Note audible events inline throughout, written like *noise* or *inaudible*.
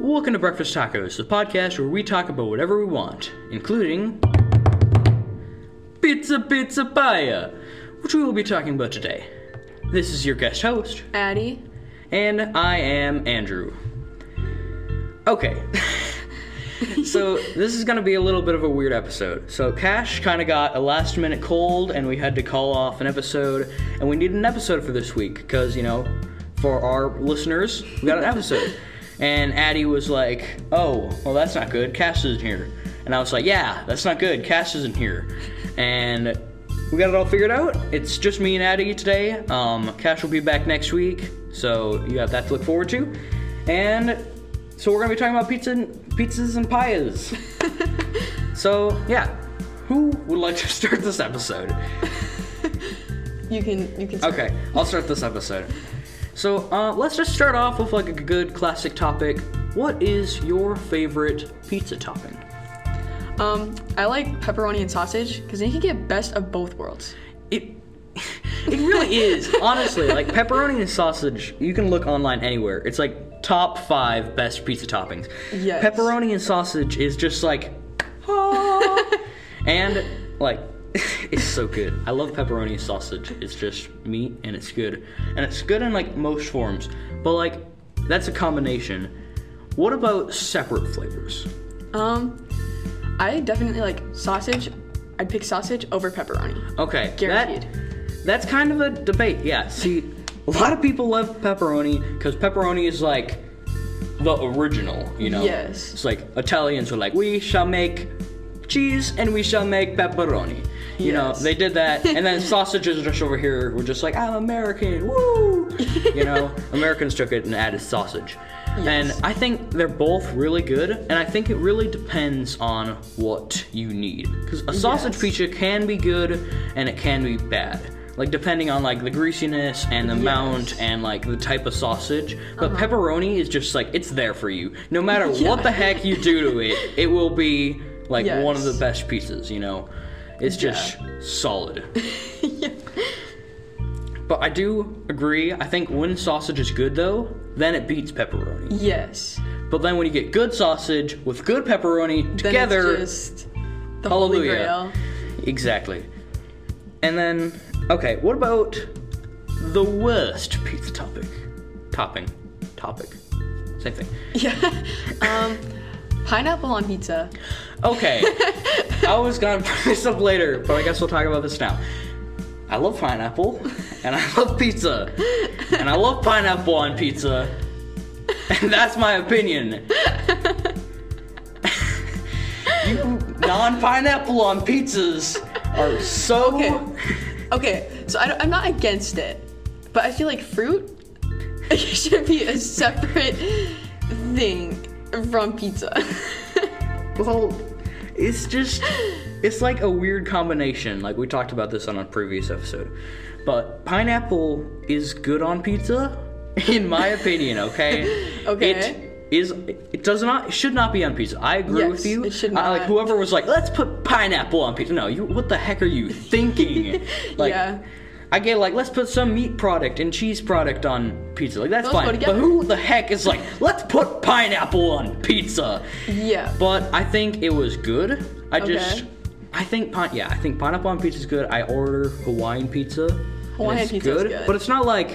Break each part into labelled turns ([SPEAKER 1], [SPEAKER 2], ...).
[SPEAKER 1] Welcome to Breakfast Tacos, the podcast where we talk about whatever we want, including pizza, pizza, paya, which we will be talking about today. This is your guest host,
[SPEAKER 2] Addie.
[SPEAKER 1] and I am Andrew. Okay. so this is going to be a little bit of a weird episode. So Cash kind of got a last minute cold and we had to call off an episode and we need an episode for this week cuz you know, for our listeners, we got an episode. and Addie was like, "Oh, well that's not good. Cash isn't here." And I was like, "Yeah, that's not good. Cash isn't here." And we got it all figured out. It's just me and Addie today. Um, Cash will be back next week, so you have that to look forward to. And so we're gonna be talking about pizza, and, pizzas and pies. so yeah, who would like to *laughs* start this episode?
[SPEAKER 2] You can you can start.
[SPEAKER 1] Okay, I'll start this episode. So uh, let's just start off with like a good classic topic. What is your favorite pizza topping?
[SPEAKER 2] Um, I like pepperoni and sausage because then you can get best of both worlds.
[SPEAKER 1] It it really is honestly like pepperoni and sausage. You can look online anywhere. It's like top five best pizza toppings.
[SPEAKER 2] Yes.
[SPEAKER 1] Pepperoni and sausage is just like, ah. and like it's so good. I love pepperoni and sausage. It's just meat and it's good, and it's good in like most forms. But like that's a combination. What about separate flavors?
[SPEAKER 2] Um, I definitely like sausage. I'd pick sausage over pepperoni.
[SPEAKER 1] Okay, that-
[SPEAKER 2] Guaranteed.
[SPEAKER 1] that's kind of a debate. Yeah. See, a lot of people love pepperoni because pepperoni is like the original. You know.
[SPEAKER 2] Yes.
[SPEAKER 1] It's like Italians were like, we shall make cheese and we shall make pepperoni. You know,
[SPEAKER 2] Yes.
[SPEAKER 1] they did
[SPEAKER 2] *laughs*
[SPEAKER 1] that, and then sausages just over here were just like, I'm American, woo! You
[SPEAKER 2] *laughs*
[SPEAKER 1] know, Americans took it and added sausage.
[SPEAKER 2] Yes.
[SPEAKER 1] And I think they're both really good, and I think it really depends on what you need. Because a sausage
[SPEAKER 2] Yes.
[SPEAKER 1] pizza can be good and it can be bad. Like depending on like the greasiness and the amount and like the type of sausage. But pepperoni is just like it's there for you. No
[SPEAKER 2] *laughs*
[SPEAKER 1] matter what
[SPEAKER 2] Uh-huh. Yeah.
[SPEAKER 1] the heck you do to it, it will be like one of the
[SPEAKER 2] Yes.
[SPEAKER 1] best pizzas, you know? It's just
[SPEAKER 2] *laughs*
[SPEAKER 1] solid. But I do agree. I think when sausage is good though, then it beats pepperoni.
[SPEAKER 2] Yes.
[SPEAKER 1] But then when you get good sausage with good pepperoni
[SPEAKER 2] Then
[SPEAKER 1] together,
[SPEAKER 2] it's just the
[SPEAKER 1] Hallelujah.
[SPEAKER 2] holy grail. *laughs*
[SPEAKER 1] Exactly. And then, okay, what about the worst pizza topic? Topping. Topic. Same thing.
[SPEAKER 2] Yeah. um, pineapple on pizza.
[SPEAKER 1] Okay. I was gonna bring this up later, but I guess we'll talk about this now. I love pineapple, and I love pizza, and I love pineapple on pizza, and that's my opinion. you non-pineapple on pizzas are so
[SPEAKER 2] Okay. Okay. So I don't, I'm not against it, but I feel like fruit *laughs* it should be a separate thing from pizza. *laughs*
[SPEAKER 1] Well, it's just it's like a weird combination. Like we talked about this on a previous episode. But pineapple is good on pizza *laughs* in my opinion, okay?
[SPEAKER 2] *laughs* Okay.
[SPEAKER 1] It is it does not it should not be on pizza. I agree with
[SPEAKER 2] Yes,
[SPEAKER 1] you.
[SPEAKER 2] it should
[SPEAKER 1] I- like
[SPEAKER 2] not.
[SPEAKER 1] whoever was like, "Let's put pineapple on pizza." No, you what the heck are
[SPEAKER 2] *laughs*
[SPEAKER 1] you thinking? like
[SPEAKER 2] Yeah.
[SPEAKER 1] I get like, "Let's put some meat product and cheese product on pizza." Like that's
[SPEAKER 2] Those go
[SPEAKER 1] fine. But
[SPEAKER 2] together.
[SPEAKER 1] who the heck is like, "Let's put pineapple on pizza?"
[SPEAKER 2] yeah.
[SPEAKER 1] But I think it was good. I
[SPEAKER 2] Okay.
[SPEAKER 1] just, I think pine, yeah, I think pineapple on pizza is good. I order Hawaiian pizza. and
[SPEAKER 2] Hawaiian
[SPEAKER 1] it's
[SPEAKER 2] pizza is good.
[SPEAKER 1] but it's not like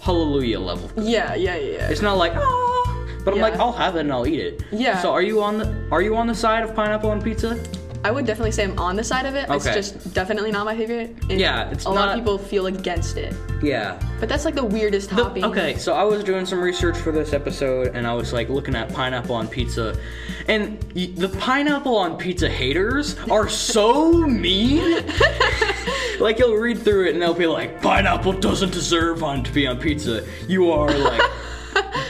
[SPEAKER 1] hallelujah level.
[SPEAKER 2] Yeah, yeah, yeah. yeah.
[SPEAKER 1] It's not like ah, but I'm like
[SPEAKER 2] Yeah.
[SPEAKER 1] I'll have it and I'll eat it.
[SPEAKER 2] Yeah.
[SPEAKER 1] So are you on the are you on the side of pineapple on pizza?
[SPEAKER 2] I would definitely say I'm on the side of it. It's
[SPEAKER 1] Okay.
[SPEAKER 2] just definitely not my favorite. And
[SPEAKER 1] Yeah, it's
[SPEAKER 2] a lot
[SPEAKER 1] not-
[SPEAKER 2] of people feel against it.
[SPEAKER 1] Yeah.
[SPEAKER 2] But that's like the weirdest
[SPEAKER 1] The-
[SPEAKER 2] topping.
[SPEAKER 1] okay, so I was doing some research for this episode, and I was like looking at pineapple on pizza, and y- the pineapple on pizza haters are so mean. like you'll read through it, and they'll be like, "Pineapple doesn't deserve on to be on pizza. You are like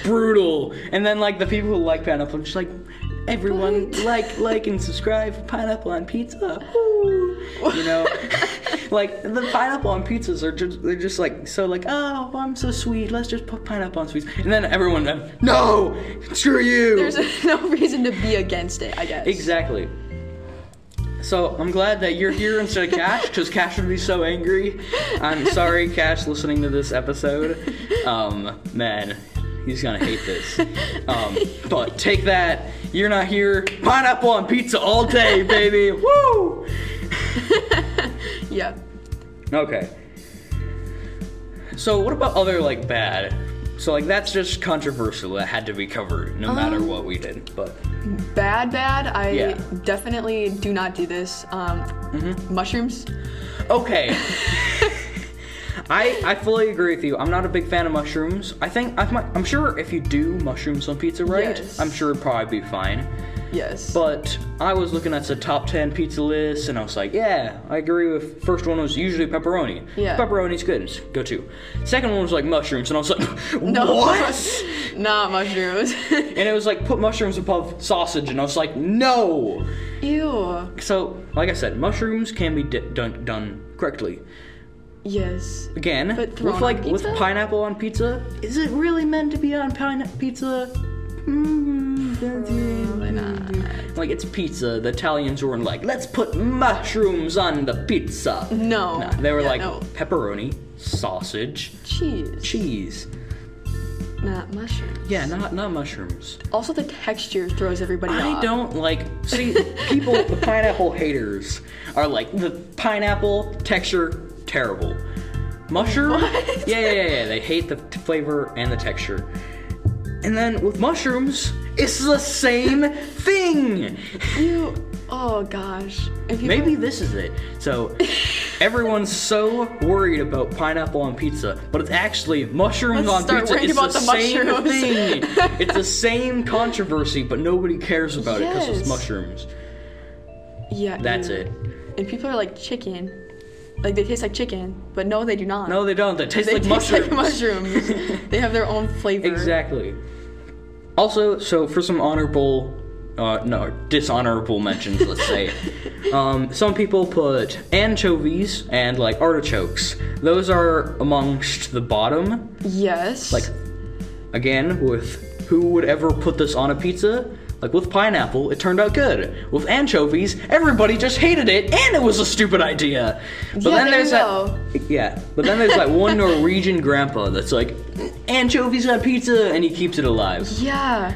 [SPEAKER 1] brutal." And then like the people who like pineapple, are just like everyone
[SPEAKER 2] What?
[SPEAKER 1] like like and subscribe for pineapple on pizza. Woo. You know, *laughs* like the pineapple on pizzas are just they're just like so like oh I'm so sweet. Let's just put pineapple on sweets, and then everyone uh, no, screw you.
[SPEAKER 2] *laughs* There's no reason to be against it, I guess.
[SPEAKER 1] exactly. So I'm glad that you're here instead of Cash, because Cash would be so angry. I'm sorry, Cash, listening to this episode. Um, man, He's gonna hate this. Um, but take that. You're not here. Pineapple on pizza all day, baby. Woo!
[SPEAKER 2] yeah.
[SPEAKER 1] Okay. So what about other like bad? So like that's just controversial. That had to be covered no matter
[SPEAKER 2] Um,
[SPEAKER 1] what we did. But
[SPEAKER 2] Bad, bad. I
[SPEAKER 1] Yeah. Mm-hmm.
[SPEAKER 2] definitely do not do this. Um, Mushrooms. *laughs*
[SPEAKER 1] okay. I, I fully agree with you. I'm not a big fan of mushrooms. I think I might, I'm sure if you do mushrooms on pizza right,
[SPEAKER 2] Yes.
[SPEAKER 1] I'm sure it'd probably be fine.
[SPEAKER 2] Yes.
[SPEAKER 1] But I was looking at the top 10 pizza list and I was like, yeah, I agree with first one was usually pepperoni.
[SPEAKER 2] Yeah.
[SPEAKER 1] Pepperoni's good. it's Go to. Second one was like mushrooms and I was like, *laughs*
[SPEAKER 2] no. *laughs*
[SPEAKER 1] what?
[SPEAKER 2] not mushrooms. *laughs*
[SPEAKER 1] and it was like put mushrooms above sausage and I was like, no.
[SPEAKER 2] Ew.
[SPEAKER 1] So, like I said, mushrooms can be di- done done correctly.
[SPEAKER 2] Yes.
[SPEAKER 1] Again,
[SPEAKER 2] But thrown
[SPEAKER 1] with like
[SPEAKER 2] on
[SPEAKER 1] with
[SPEAKER 2] pizza?
[SPEAKER 1] pineapple on pizza, is it really meant to be on pine pizza? Mm, that's-
[SPEAKER 2] Probably not.
[SPEAKER 1] Like it's pizza. The Italians weren't like, let's put mushrooms on the pizza.
[SPEAKER 2] No.
[SPEAKER 1] Nah, they were
[SPEAKER 2] Yeah,
[SPEAKER 1] like
[SPEAKER 2] no.
[SPEAKER 1] pepperoni, sausage,
[SPEAKER 2] cheese.
[SPEAKER 1] cheese.
[SPEAKER 2] Not mushrooms.
[SPEAKER 1] Yeah, not not mushrooms.
[SPEAKER 2] Also, the texture throws everybody off.
[SPEAKER 1] I don't like
[SPEAKER 2] *laughs*
[SPEAKER 1] see people the pineapple haters are like the pineapple texture terrible. Mushroom?
[SPEAKER 2] What?
[SPEAKER 1] Yeah, yeah, yeah, yeah. They hate the t- flavor and the texture. And then with mushrooms, it's the same thing.
[SPEAKER 2] You. Oh gosh. If you
[SPEAKER 1] Maybe this is it.
[SPEAKER 2] *laughs*
[SPEAKER 1] So everyone's so worried about pineapple on pizza, but it's actually mushrooms
[SPEAKER 2] Let's
[SPEAKER 1] on
[SPEAKER 2] start
[SPEAKER 1] pizza.
[SPEAKER 2] worrying
[SPEAKER 1] It's
[SPEAKER 2] about
[SPEAKER 1] the,
[SPEAKER 2] the
[SPEAKER 1] same
[SPEAKER 2] mushrooms. *laughs*
[SPEAKER 1] thing. it's the same controversy, but nobody cares about it because it's
[SPEAKER 2] Yes.
[SPEAKER 1] mushrooms.
[SPEAKER 2] Yeah.
[SPEAKER 1] That's
[SPEAKER 2] ew.
[SPEAKER 1] it.
[SPEAKER 2] And people are like chicken. Like they taste like chicken, but no, they do not.
[SPEAKER 1] No, they don't. They taste
[SPEAKER 2] they
[SPEAKER 1] like mushrooms.
[SPEAKER 2] taste like mushrooms.
[SPEAKER 1] *laughs*
[SPEAKER 2] they have their own flavor.
[SPEAKER 1] Exactly. Also, so for some honorable, uh, no, dishonorable mentions, let's say,
[SPEAKER 2] *laughs*
[SPEAKER 1] um, some people put anchovies and like artichokes. Those are amongst the bottom.
[SPEAKER 2] Yes.
[SPEAKER 1] Like, again, with who would ever put this on a pizza? Like with pineapple, it turned out good. With anchovies, everybody just hated it, and it was a stupid idea. But
[SPEAKER 2] Yeah,
[SPEAKER 1] then
[SPEAKER 2] there you
[SPEAKER 1] there's
[SPEAKER 2] go.
[SPEAKER 1] that, yeah. But then there's that
[SPEAKER 2] *laughs*
[SPEAKER 1] one Norwegian grandpa that's like anchovies on pizza, and he keeps it alive.
[SPEAKER 2] Yeah.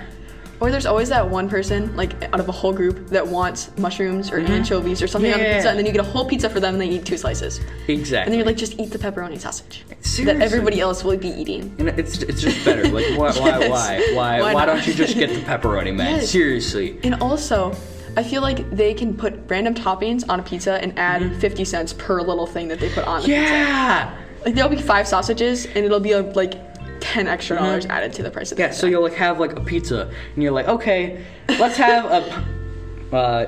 [SPEAKER 2] Or there's always that one person, like out of a whole group, that wants mushrooms or anchovies or something on a
[SPEAKER 1] Mm-hmm. Yeah.
[SPEAKER 2] pizza, and then you get a whole pizza for them, and they eat two slices, and
[SPEAKER 1] Exactly.
[SPEAKER 2] then you're like, just eat the pepperoni sausage that
[SPEAKER 1] Seriously.
[SPEAKER 2] everybody else will be eating.
[SPEAKER 1] And it's it's just better. Like why why
[SPEAKER 2] *laughs* Yes.
[SPEAKER 1] why why
[SPEAKER 2] Why
[SPEAKER 1] why
[SPEAKER 2] not?
[SPEAKER 1] don't you just get the pepperoni, man?
[SPEAKER 2] *laughs* Yes.
[SPEAKER 1] Seriously.
[SPEAKER 2] And also, I feel like they can put random toppings on a pizza and add 50 cents per little thing that they put on the pizza.
[SPEAKER 1] Mm-hmm. Yeah.
[SPEAKER 2] Like there'll be five sausages, and it'll be uh, like 10 extra dollars added to the price of the
[SPEAKER 1] Mm-hmm. Yeah,
[SPEAKER 2] pizza.
[SPEAKER 1] so you'll like have like a pizza, and you're like, okay, let's have a p- *laughs* uh,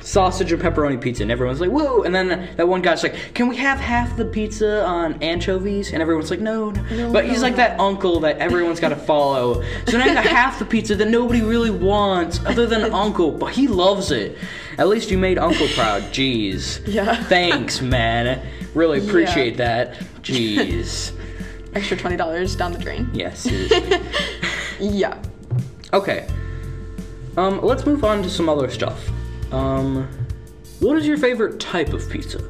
[SPEAKER 1] sausage and pepperoni pizza, and everyone's like, whoa! And then that one guy's like, can we have half the pizza on anchovies? And everyone's like, no, no.
[SPEAKER 2] No,
[SPEAKER 1] but
[SPEAKER 2] no,
[SPEAKER 1] he's like
[SPEAKER 2] no.
[SPEAKER 1] that uncle that everyone's got to follow. So now you got half the pizza that nobody really wants, other
[SPEAKER 2] *laughs*
[SPEAKER 1] than Uncle, but he loves it. At least you made Uncle proud. Jeez.
[SPEAKER 2] Yeah.
[SPEAKER 1] Thanks, man. Really appreciate that. Jeez.
[SPEAKER 2] Extra $20 down the drain.
[SPEAKER 1] Yeah, seriously.
[SPEAKER 2] Yeah. *laughs*
[SPEAKER 1] Okay. Um, let's move on to some other stuff. Um, what is your favorite type of pizza?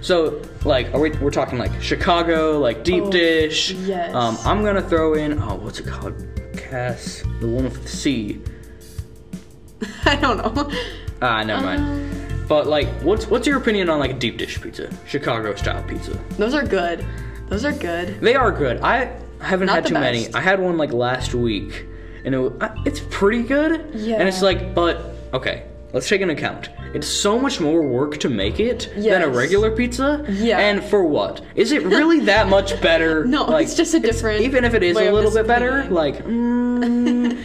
[SPEAKER 1] So, like, are we, we're talking like Chicago, like deep
[SPEAKER 2] Oh,
[SPEAKER 1] dish.
[SPEAKER 2] yes.
[SPEAKER 1] Um, I'm gonna throw in, oh, what's it called? Cass, the one with the C.
[SPEAKER 2] I don't know.
[SPEAKER 1] Ah, never
[SPEAKER 2] Um.
[SPEAKER 1] mind. But like, what's what's your opinion on like a deep dish pizza, Chicago style pizza?
[SPEAKER 2] Those are good. Those are good.
[SPEAKER 1] They are good. I haven't
[SPEAKER 2] Not
[SPEAKER 1] had
[SPEAKER 2] the
[SPEAKER 1] too many.
[SPEAKER 2] best.
[SPEAKER 1] I had one like last week, and it, wa- I- it's pretty good.
[SPEAKER 2] Yeah.
[SPEAKER 1] And it's like, but okay, let's take an account. It's so much more work to make it than a
[SPEAKER 2] Yes.
[SPEAKER 1] regular pizza.
[SPEAKER 2] Yeah.
[SPEAKER 1] And for what? Is it
[SPEAKER 2] *laughs*
[SPEAKER 1] really that much better?
[SPEAKER 2] No,
[SPEAKER 1] like,
[SPEAKER 2] it's just a different.
[SPEAKER 1] even if it is
[SPEAKER 2] way
[SPEAKER 1] a
[SPEAKER 2] of
[SPEAKER 1] little bit better,
[SPEAKER 2] explaining.
[SPEAKER 1] like,
[SPEAKER 2] *laughs*
[SPEAKER 1] mm,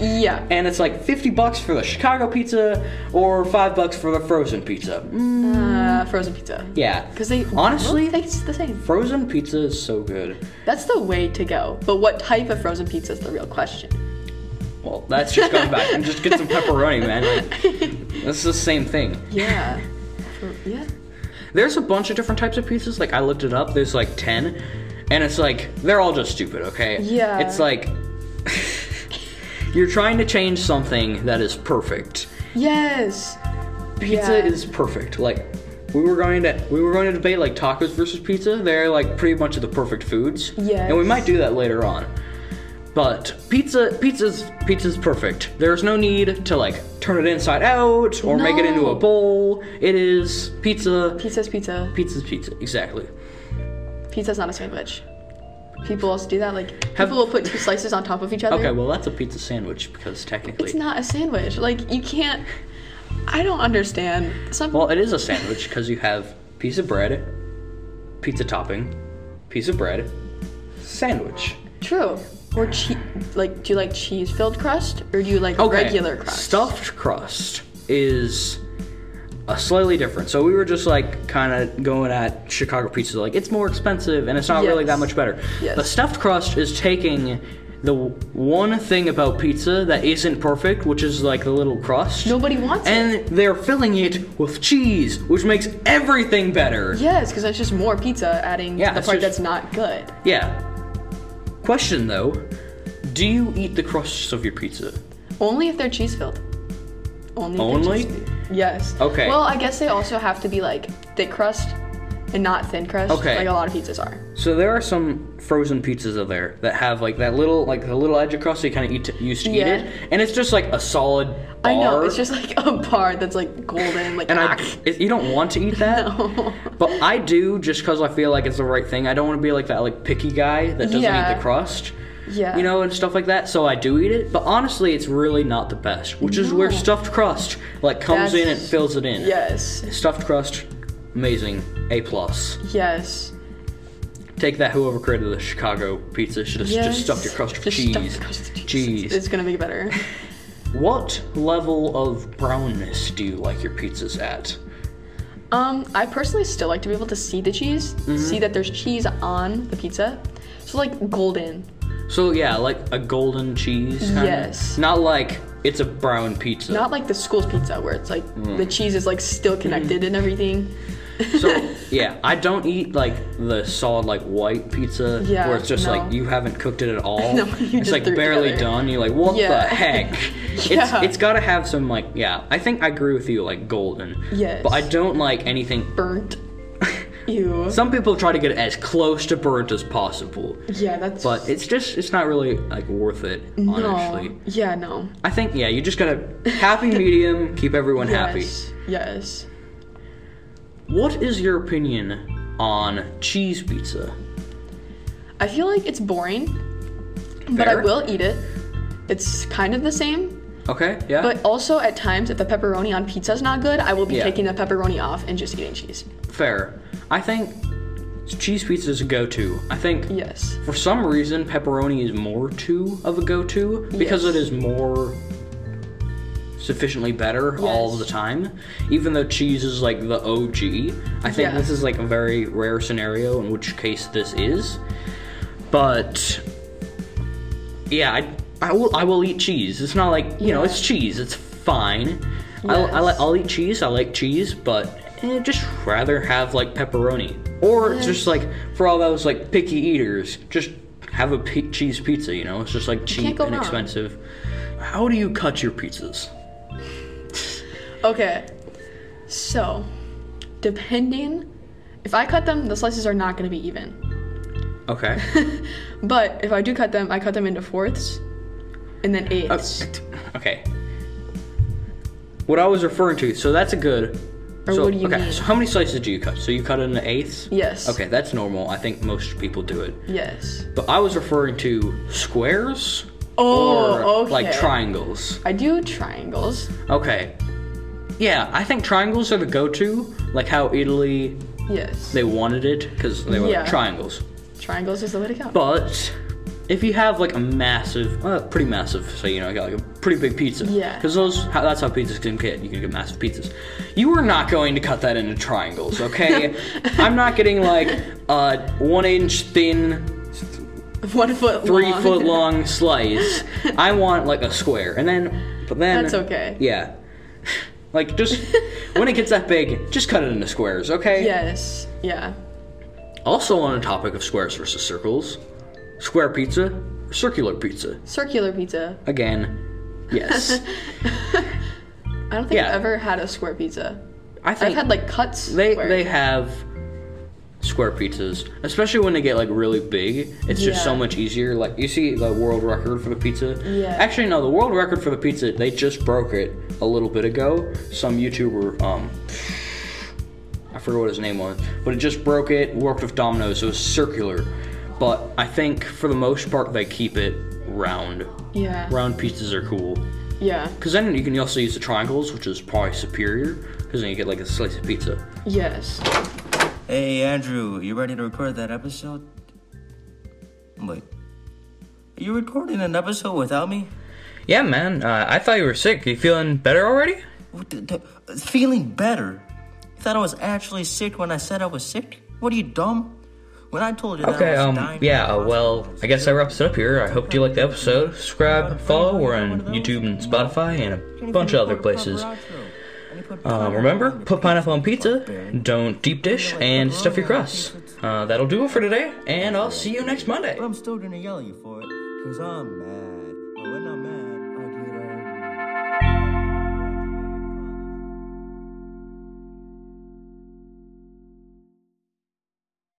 [SPEAKER 2] yeah,
[SPEAKER 1] and it's like eh. fifty bucks for the Chicago pizza or five bucks for the frozen pizza. Mm,
[SPEAKER 2] uh, frozen pizza.
[SPEAKER 1] yeah.
[SPEAKER 2] because they
[SPEAKER 1] honestly,
[SPEAKER 2] they taste the same.
[SPEAKER 1] frozen pizza is so good.
[SPEAKER 2] That's the way to go. But what type of frozen pizza is the real question?
[SPEAKER 1] Well, that's just going back and just get some pepperoni, man.
[SPEAKER 2] *laughs*
[SPEAKER 1] Like, that's the same thing.
[SPEAKER 2] Yeah, For- yeah.
[SPEAKER 1] There's a bunch of different types of pizzas. Like I looked it up. There's like ten, and it's like they're all just stupid. Okay.
[SPEAKER 2] Yeah.
[SPEAKER 1] It's like *laughs* you're trying to change something that is perfect.
[SPEAKER 2] Yes.
[SPEAKER 1] Pizza
[SPEAKER 2] Yeah.
[SPEAKER 1] is perfect. Like we were going to we were going to debate like tacos versus pizza. They're like pretty much the perfect foods. And we
[SPEAKER 2] Yes.
[SPEAKER 1] might do that later on. But pizza, pizza's pizza's perfect. There's no need to like turn it inside out or make it into
[SPEAKER 2] No.
[SPEAKER 1] a bowl. It is pizza.
[SPEAKER 2] Pizza's pizza.
[SPEAKER 1] Pizza's pizza. Exactly.
[SPEAKER 2] Pizza's not a sandwich. People also do that. Like
[SPEAKER 1] Have-
[SPEAKER 2] people will put two slices on top of each other.
[SPEAKER 1] Okay, well that's a pizza sandwich because technically,
[SPEAKER 2] It's not a sandwich. Like you can't. I don't understand. Some
[SPEAKER 1] well, it is a sandwich because you have piece of bread, pizza topping, piece of bread, sandwich.
[SPEAKER 2] true. Or che- like, do you like cheese-filled crust or do you like
[SPEAKER 1] Okay.
[SPEAKER 2] regular crust?
[SPEAKER 1] Stuffed crust is a slightly different. So we were just like kind of going at Chicago pizza, like it's more expensive and it's not really
[SPEAKER 2] Yes.
[SPEAKER 1] that much better.
[SPEAKER 2] Yes.
[SPEAKER 1] The stuffed crust is taking the w- one thing about pizza that isn't perfect, which is like the little crust.
[SPEAKER 2] Nobody wants it.
[SPEAKER 1] And they're filling it with cheese, which makes everything better.
[SPEAKER 2] Yes, because that's just more pizza adding
[SPEAKER 1] Yeah,
[SPEAKER 2] to the
[SPEAKER 1] it's
[SPEAKER 2] part
[SPEAKER 1] just-
[SPEAKER 2] that's not good.
[SPEAKER 1] Yeah. Question though, do you eat the crusts of your pizza?
[SPEAKER 2] Only if they're cheese filled. Only. if they're
[SPEAKER 1] Only?
[SPEAKER 2] cheese-filled. Yes.
[SPEAKER 1] Okay.
[SPEAKER 2] Well, I guess they also have to be like thick crust and not thin crust.
[SPEAKER 1] Okay.
[SPEAKER 2] Like a lot of pizzas are.
[SPEAKER 1] So there are some frozen pizzas out there that have like that little like the little edge across so you kind of eat used to
[SPEAKER 2] Yeah.
[SPEAKER 1] eat it, and it's just like a solid bar.
[SPEAKER 2] I know. It's just like *laughs* a bar that's like golden. Like
[SPEAKER 1] and I
[SPEAKER 2] ah.
[SPEAKER 1] it, you don't want to
[SPEAKER 2] *laughs*
[SPEAKER 1] eat that,
[SPEAKER 2] No.
[SPEAKER 1] but I do just because I feel like it's the right thing. I don't want to be like that like picky guy that doesn't eat
[SPEAKER 2] Yeah.
[SPEAKER 1] the crust.
[SPEAKER 2] Yeah.
[SPEAKER 1] You know, and stuff like that. So I do eat it, but honestly, it's really not the best. Which is where
[SPEAKER 2] No.
[SPEAKER 1] stuffed crust like comes in and
[SPEAKER 2] That's-
[SPEAKER 1] fills it in.
[SPEAKER 2] Yes.
[SPEAKER 1] Stuffed crust, amazing, a plus.
[SPEAKER 2] Yes.
[SPEAKER 1] Take that, whoever created the Chicago pizza should have
[SPEAKER 2] Yes.
[SPEAKER 1] just stuffed your crust with
[SPEAKER 2] Just
[SPEAKER 1] cheese.
[SPEAKER 2] stuff your crust with cheese.
[SPEAKER 1] Cheese.
[SPEAKER 2] It's, it's gonna make it better.
[SPEAKER 1] What level of brownness do you like your pizzas at?
[SPEAKER 2] Um, I personally still like to be able to see the cheese,
[SPEAKER 1] Mm-hmm.
[SPEAKER 2] see that there's cheese on the pizza. So like golden.
[SPEAKER 1] So yeah, like a golden cheese. Kinda.
[SPEAKER 2] Yes.
[SPEAKER 1] Not like it's a brown pizza.
[SPEAKER 2] Not like the school's pizza where it's like
[SPEAKER 1] Mm-hmm.
[SPEAKER 2] the cheese is like still connected and everything. *laughs*
[SPEAKER 1] so yeah, I don't eat like the solid like white pizza
[SPEAKER 2] Yeah,
[SPEAKER 1] where it's just
[SPEAKER 2] no.
[SPEAKER 1] like you haven't cooked
[SPEAKER 2] *laughs*
[SPEAKER 1] it at all.
[SPEAKER 2] No, you
[SPEAKER 1] it's
[SPEAKER 2] just
[SPEAKER 1] like
[SPEAKER 2] threw it
[SPEAKER 1] barely
[SPEAKER 2] together.
[SPEAKER 1] done. You're like, what
[SPEAKER 2] Yeah.
[SPEAKER 1] the
[SPEAKER 2] *laughs*
[SPEAKER 1] heck?
[SPEAKER 2] Yeah.
[SPEAKER 1] It's it's gotta have some like yeah. I think I agree with you like golden.
[SPEAKER 2] Yes.
[SPEAKER 1] But I don't like anything. *laughs*
[SPEAKER 2] Burnt. Ew.
[SPEAKER 1] Some people try to get it as close to burnt as possible,
[SPEAKER 2] yeah, that's
[SPEAKER 1] but it's just it's not really like worth it honestly.
[SPEAKER 2] no. Yeah, no.
[SPEAKER 1] I think yeah, you just gotta
[SPEAKER 2] *laughs*
[SPEAKER 1] happy medium, keep everyone happy.
[SPEAKER 2] Yes. Yes.
[SPEAKER 1] What is your opinion on cheese pizza?
[SPEAKER 2] I feel like it's boring, but I
[SPEAKER 1] Fair.
[SPEAKER 2] will eat it. It's kind of the same,
[SPEAKER 1] Okay, yeah.
[SPEAKER 2] But also, at times, if the pepperoni on pizza is not good, I will be
[SPEAKER 1] Yeah.
[SPEAKER 2] taking the pepperoni off and just eating cheese.
[SPEAKER 1] Fair. I think cheese pizza is a go-to. I think
[SPEAKER 2] Yes.
[SPEAKER 1] for some reason pepperoni is more to of a go-to because
[SPEAKER 2] Yes.
[SPEAKER 1] it is more sufficiently better all
[SPEAKER 2] Yes.
[SPEAKER 1] the time. Even though cheese is like the OG, I think
[SPEAKER 2] Yeah.
[SPEAKER 1] this is like a very rare scenario in which case this is. But yeah, I I will I will eat cheese. It's not like you know
[SPEAKER 2] Yeah.
[SPEAKER 1] it's cheese. It's fine. I, I
[SPEAKER 2] Yes.
[SPEAKER 1] like I'll eat cheese. I like cheese, but eh, just rather have like pepperoni or it's just like for all those like picky eaters, just have a pe- cheese pizza. You know, it's just like cheap
[SPEAKER 2] go
[SPEAKER 1] and
[SPEAKER 2] wrong.
[SPEAKER 1] expensive. How do you cut your pizzas?
[SPEAKER 2] Okay. So, depending, if I cut them, the slices are not going to be even. *laughs*
[SPEAKER 1] Okay.
[SPEAKER 2] But if I do cut them, I cut them into fourths and then eighths.
[SPEAKER 1] Uh, okay. What I was referring to. So that's a good.
[SPEAKER 2] Or
[SPEAKER 1] so,
[SPEAKER 2] what do you
[SPEAKER 1] okay,
[SPEAKER 2] mean?
[SPEAKER 1] so how many slices do you cut? So you cut it into eighths?
[SPEAKER 2] Yes.
[SPEAKER 1] Okay, that's normal. I think most people do it.
[SPEAKER 2] Yes.
[SPEAKER 1] But I was referring to squares
[SPEAKER 2] Oh,
[SPEAKER 1] or
[SPEAKER 2] okay.
[SPEAKER 1] like triangles.
[SPEAKER 2] I do triangles.
[SPEAKER 1] Okay. Yeah, I think triangles are the go-to, like how Italy
[SPEAKER 2] Yes.
[SPEAKER 1] they wanted it because they were
[SPEAKER 2] Yeah.
[SPEAKER 1] triangles.
[SPEAKER 2] triangles is the way to go.
[SPEAKER 1] But if you have like a massive, uh, pretty massive, so you know, you got like a pretty big pizza.
[SPEAKER 2] Yeah.
[SPEAKER 1] Because those, how, that's how pizzas can get. You can get massive pizzas. You are not going to cut that into triangles,
[SPEAKER 2] *laughs*
[SPEAKER 1] okay? I'm not getting like a one-inch thin
[SPEAKER 2] *laughs* One foot
[SPEAKER 1] three
[SPEAKER 2] long.
[SPEAKER 1] foot long
[SPEAKER 2] *laughs*
[SPEAKER 1] slice. I want like a square, and then but then
[SPEAKER 2] That's okay.
[SPEAKER 1] Yeah, like just when it gets that big, just cut it into squares, okay?
[SPEAKER 2] Yes. Yeah.
[SPEAKER 1] Also on the topic of squares versus circles, square pizza, circular pizza.
[SPEAKER 2] Circular pizza.
[SPEAKER 1] Again,
[SPEAKER 2] *laughs*
[SPEAKER 1] yes.
[SPEAKER 2] I don't think
[SPEAKER 1] Yeah.
[SPEAKER 2] I've ever had a square pizza.
[SPEAKER 1] I
[SPEAKER 2] I've
[SPEAKER 1] think
[SPEAKER 2] had like cuts.
[SPEAKER 1] they
[SPEAKER 2] where-
[SPEAKER 1] they have square pizzas, especially when they get like really big. It's just so
[SPEAKER 2] Yeah.
[SPEAKER 1] much easier. Like you see the world record for the pizza.
[SPEAKER 2] Yeah.
[SPEAKER 1] Actually, no, the world record for the pizza they just broke it a little bit ago. Some YouTuber, um, I forgot what his name was, but it just broke it. Worked with Domino's, so it was circular. But I think for the most part they keep it round.
[SPEAKER 2] Yeah.
[SPEAKER 1] Round pizzas are cool.
[SPEAKER 2] Yeah.
[SPEAKER 1] Because then you can also use the triangles, which is probably superior, because then you get like a slice of pizza.
[SPEAKER 2] Yes.
[SPEAKER 3] Hey, Andrew, you ready to record that episode? Wait. Are you recording an episode without me?
[SPEAKER 1] Yeah, man. Uh, I thought you were sick. You feeling better already?
[SPEAKER 3] What the- the- Feeling better? You thought I was actually sick when I said I was sick? What are you, dumb? When I told you that
[SPEAKER 1] Okay.
[SPEAKER 3] I was
[SPEAKER 1] Um.
[SPEAKER 3] dying...
[SPEAKER 1] Yeah. Uh, well, I guess that wraps it up here. I hope you liked the episode. Subscribe, follow. We're on YouTube and Spotify and a bunch of other places. Um, remember, put pineapple on pizza. Don't deep dish and stuff your crust. Uh, that'll do it for today, and I'll see you next Monday.
[SPEAKER 3] But I'm still gonna yell at you for it, because I'm mad.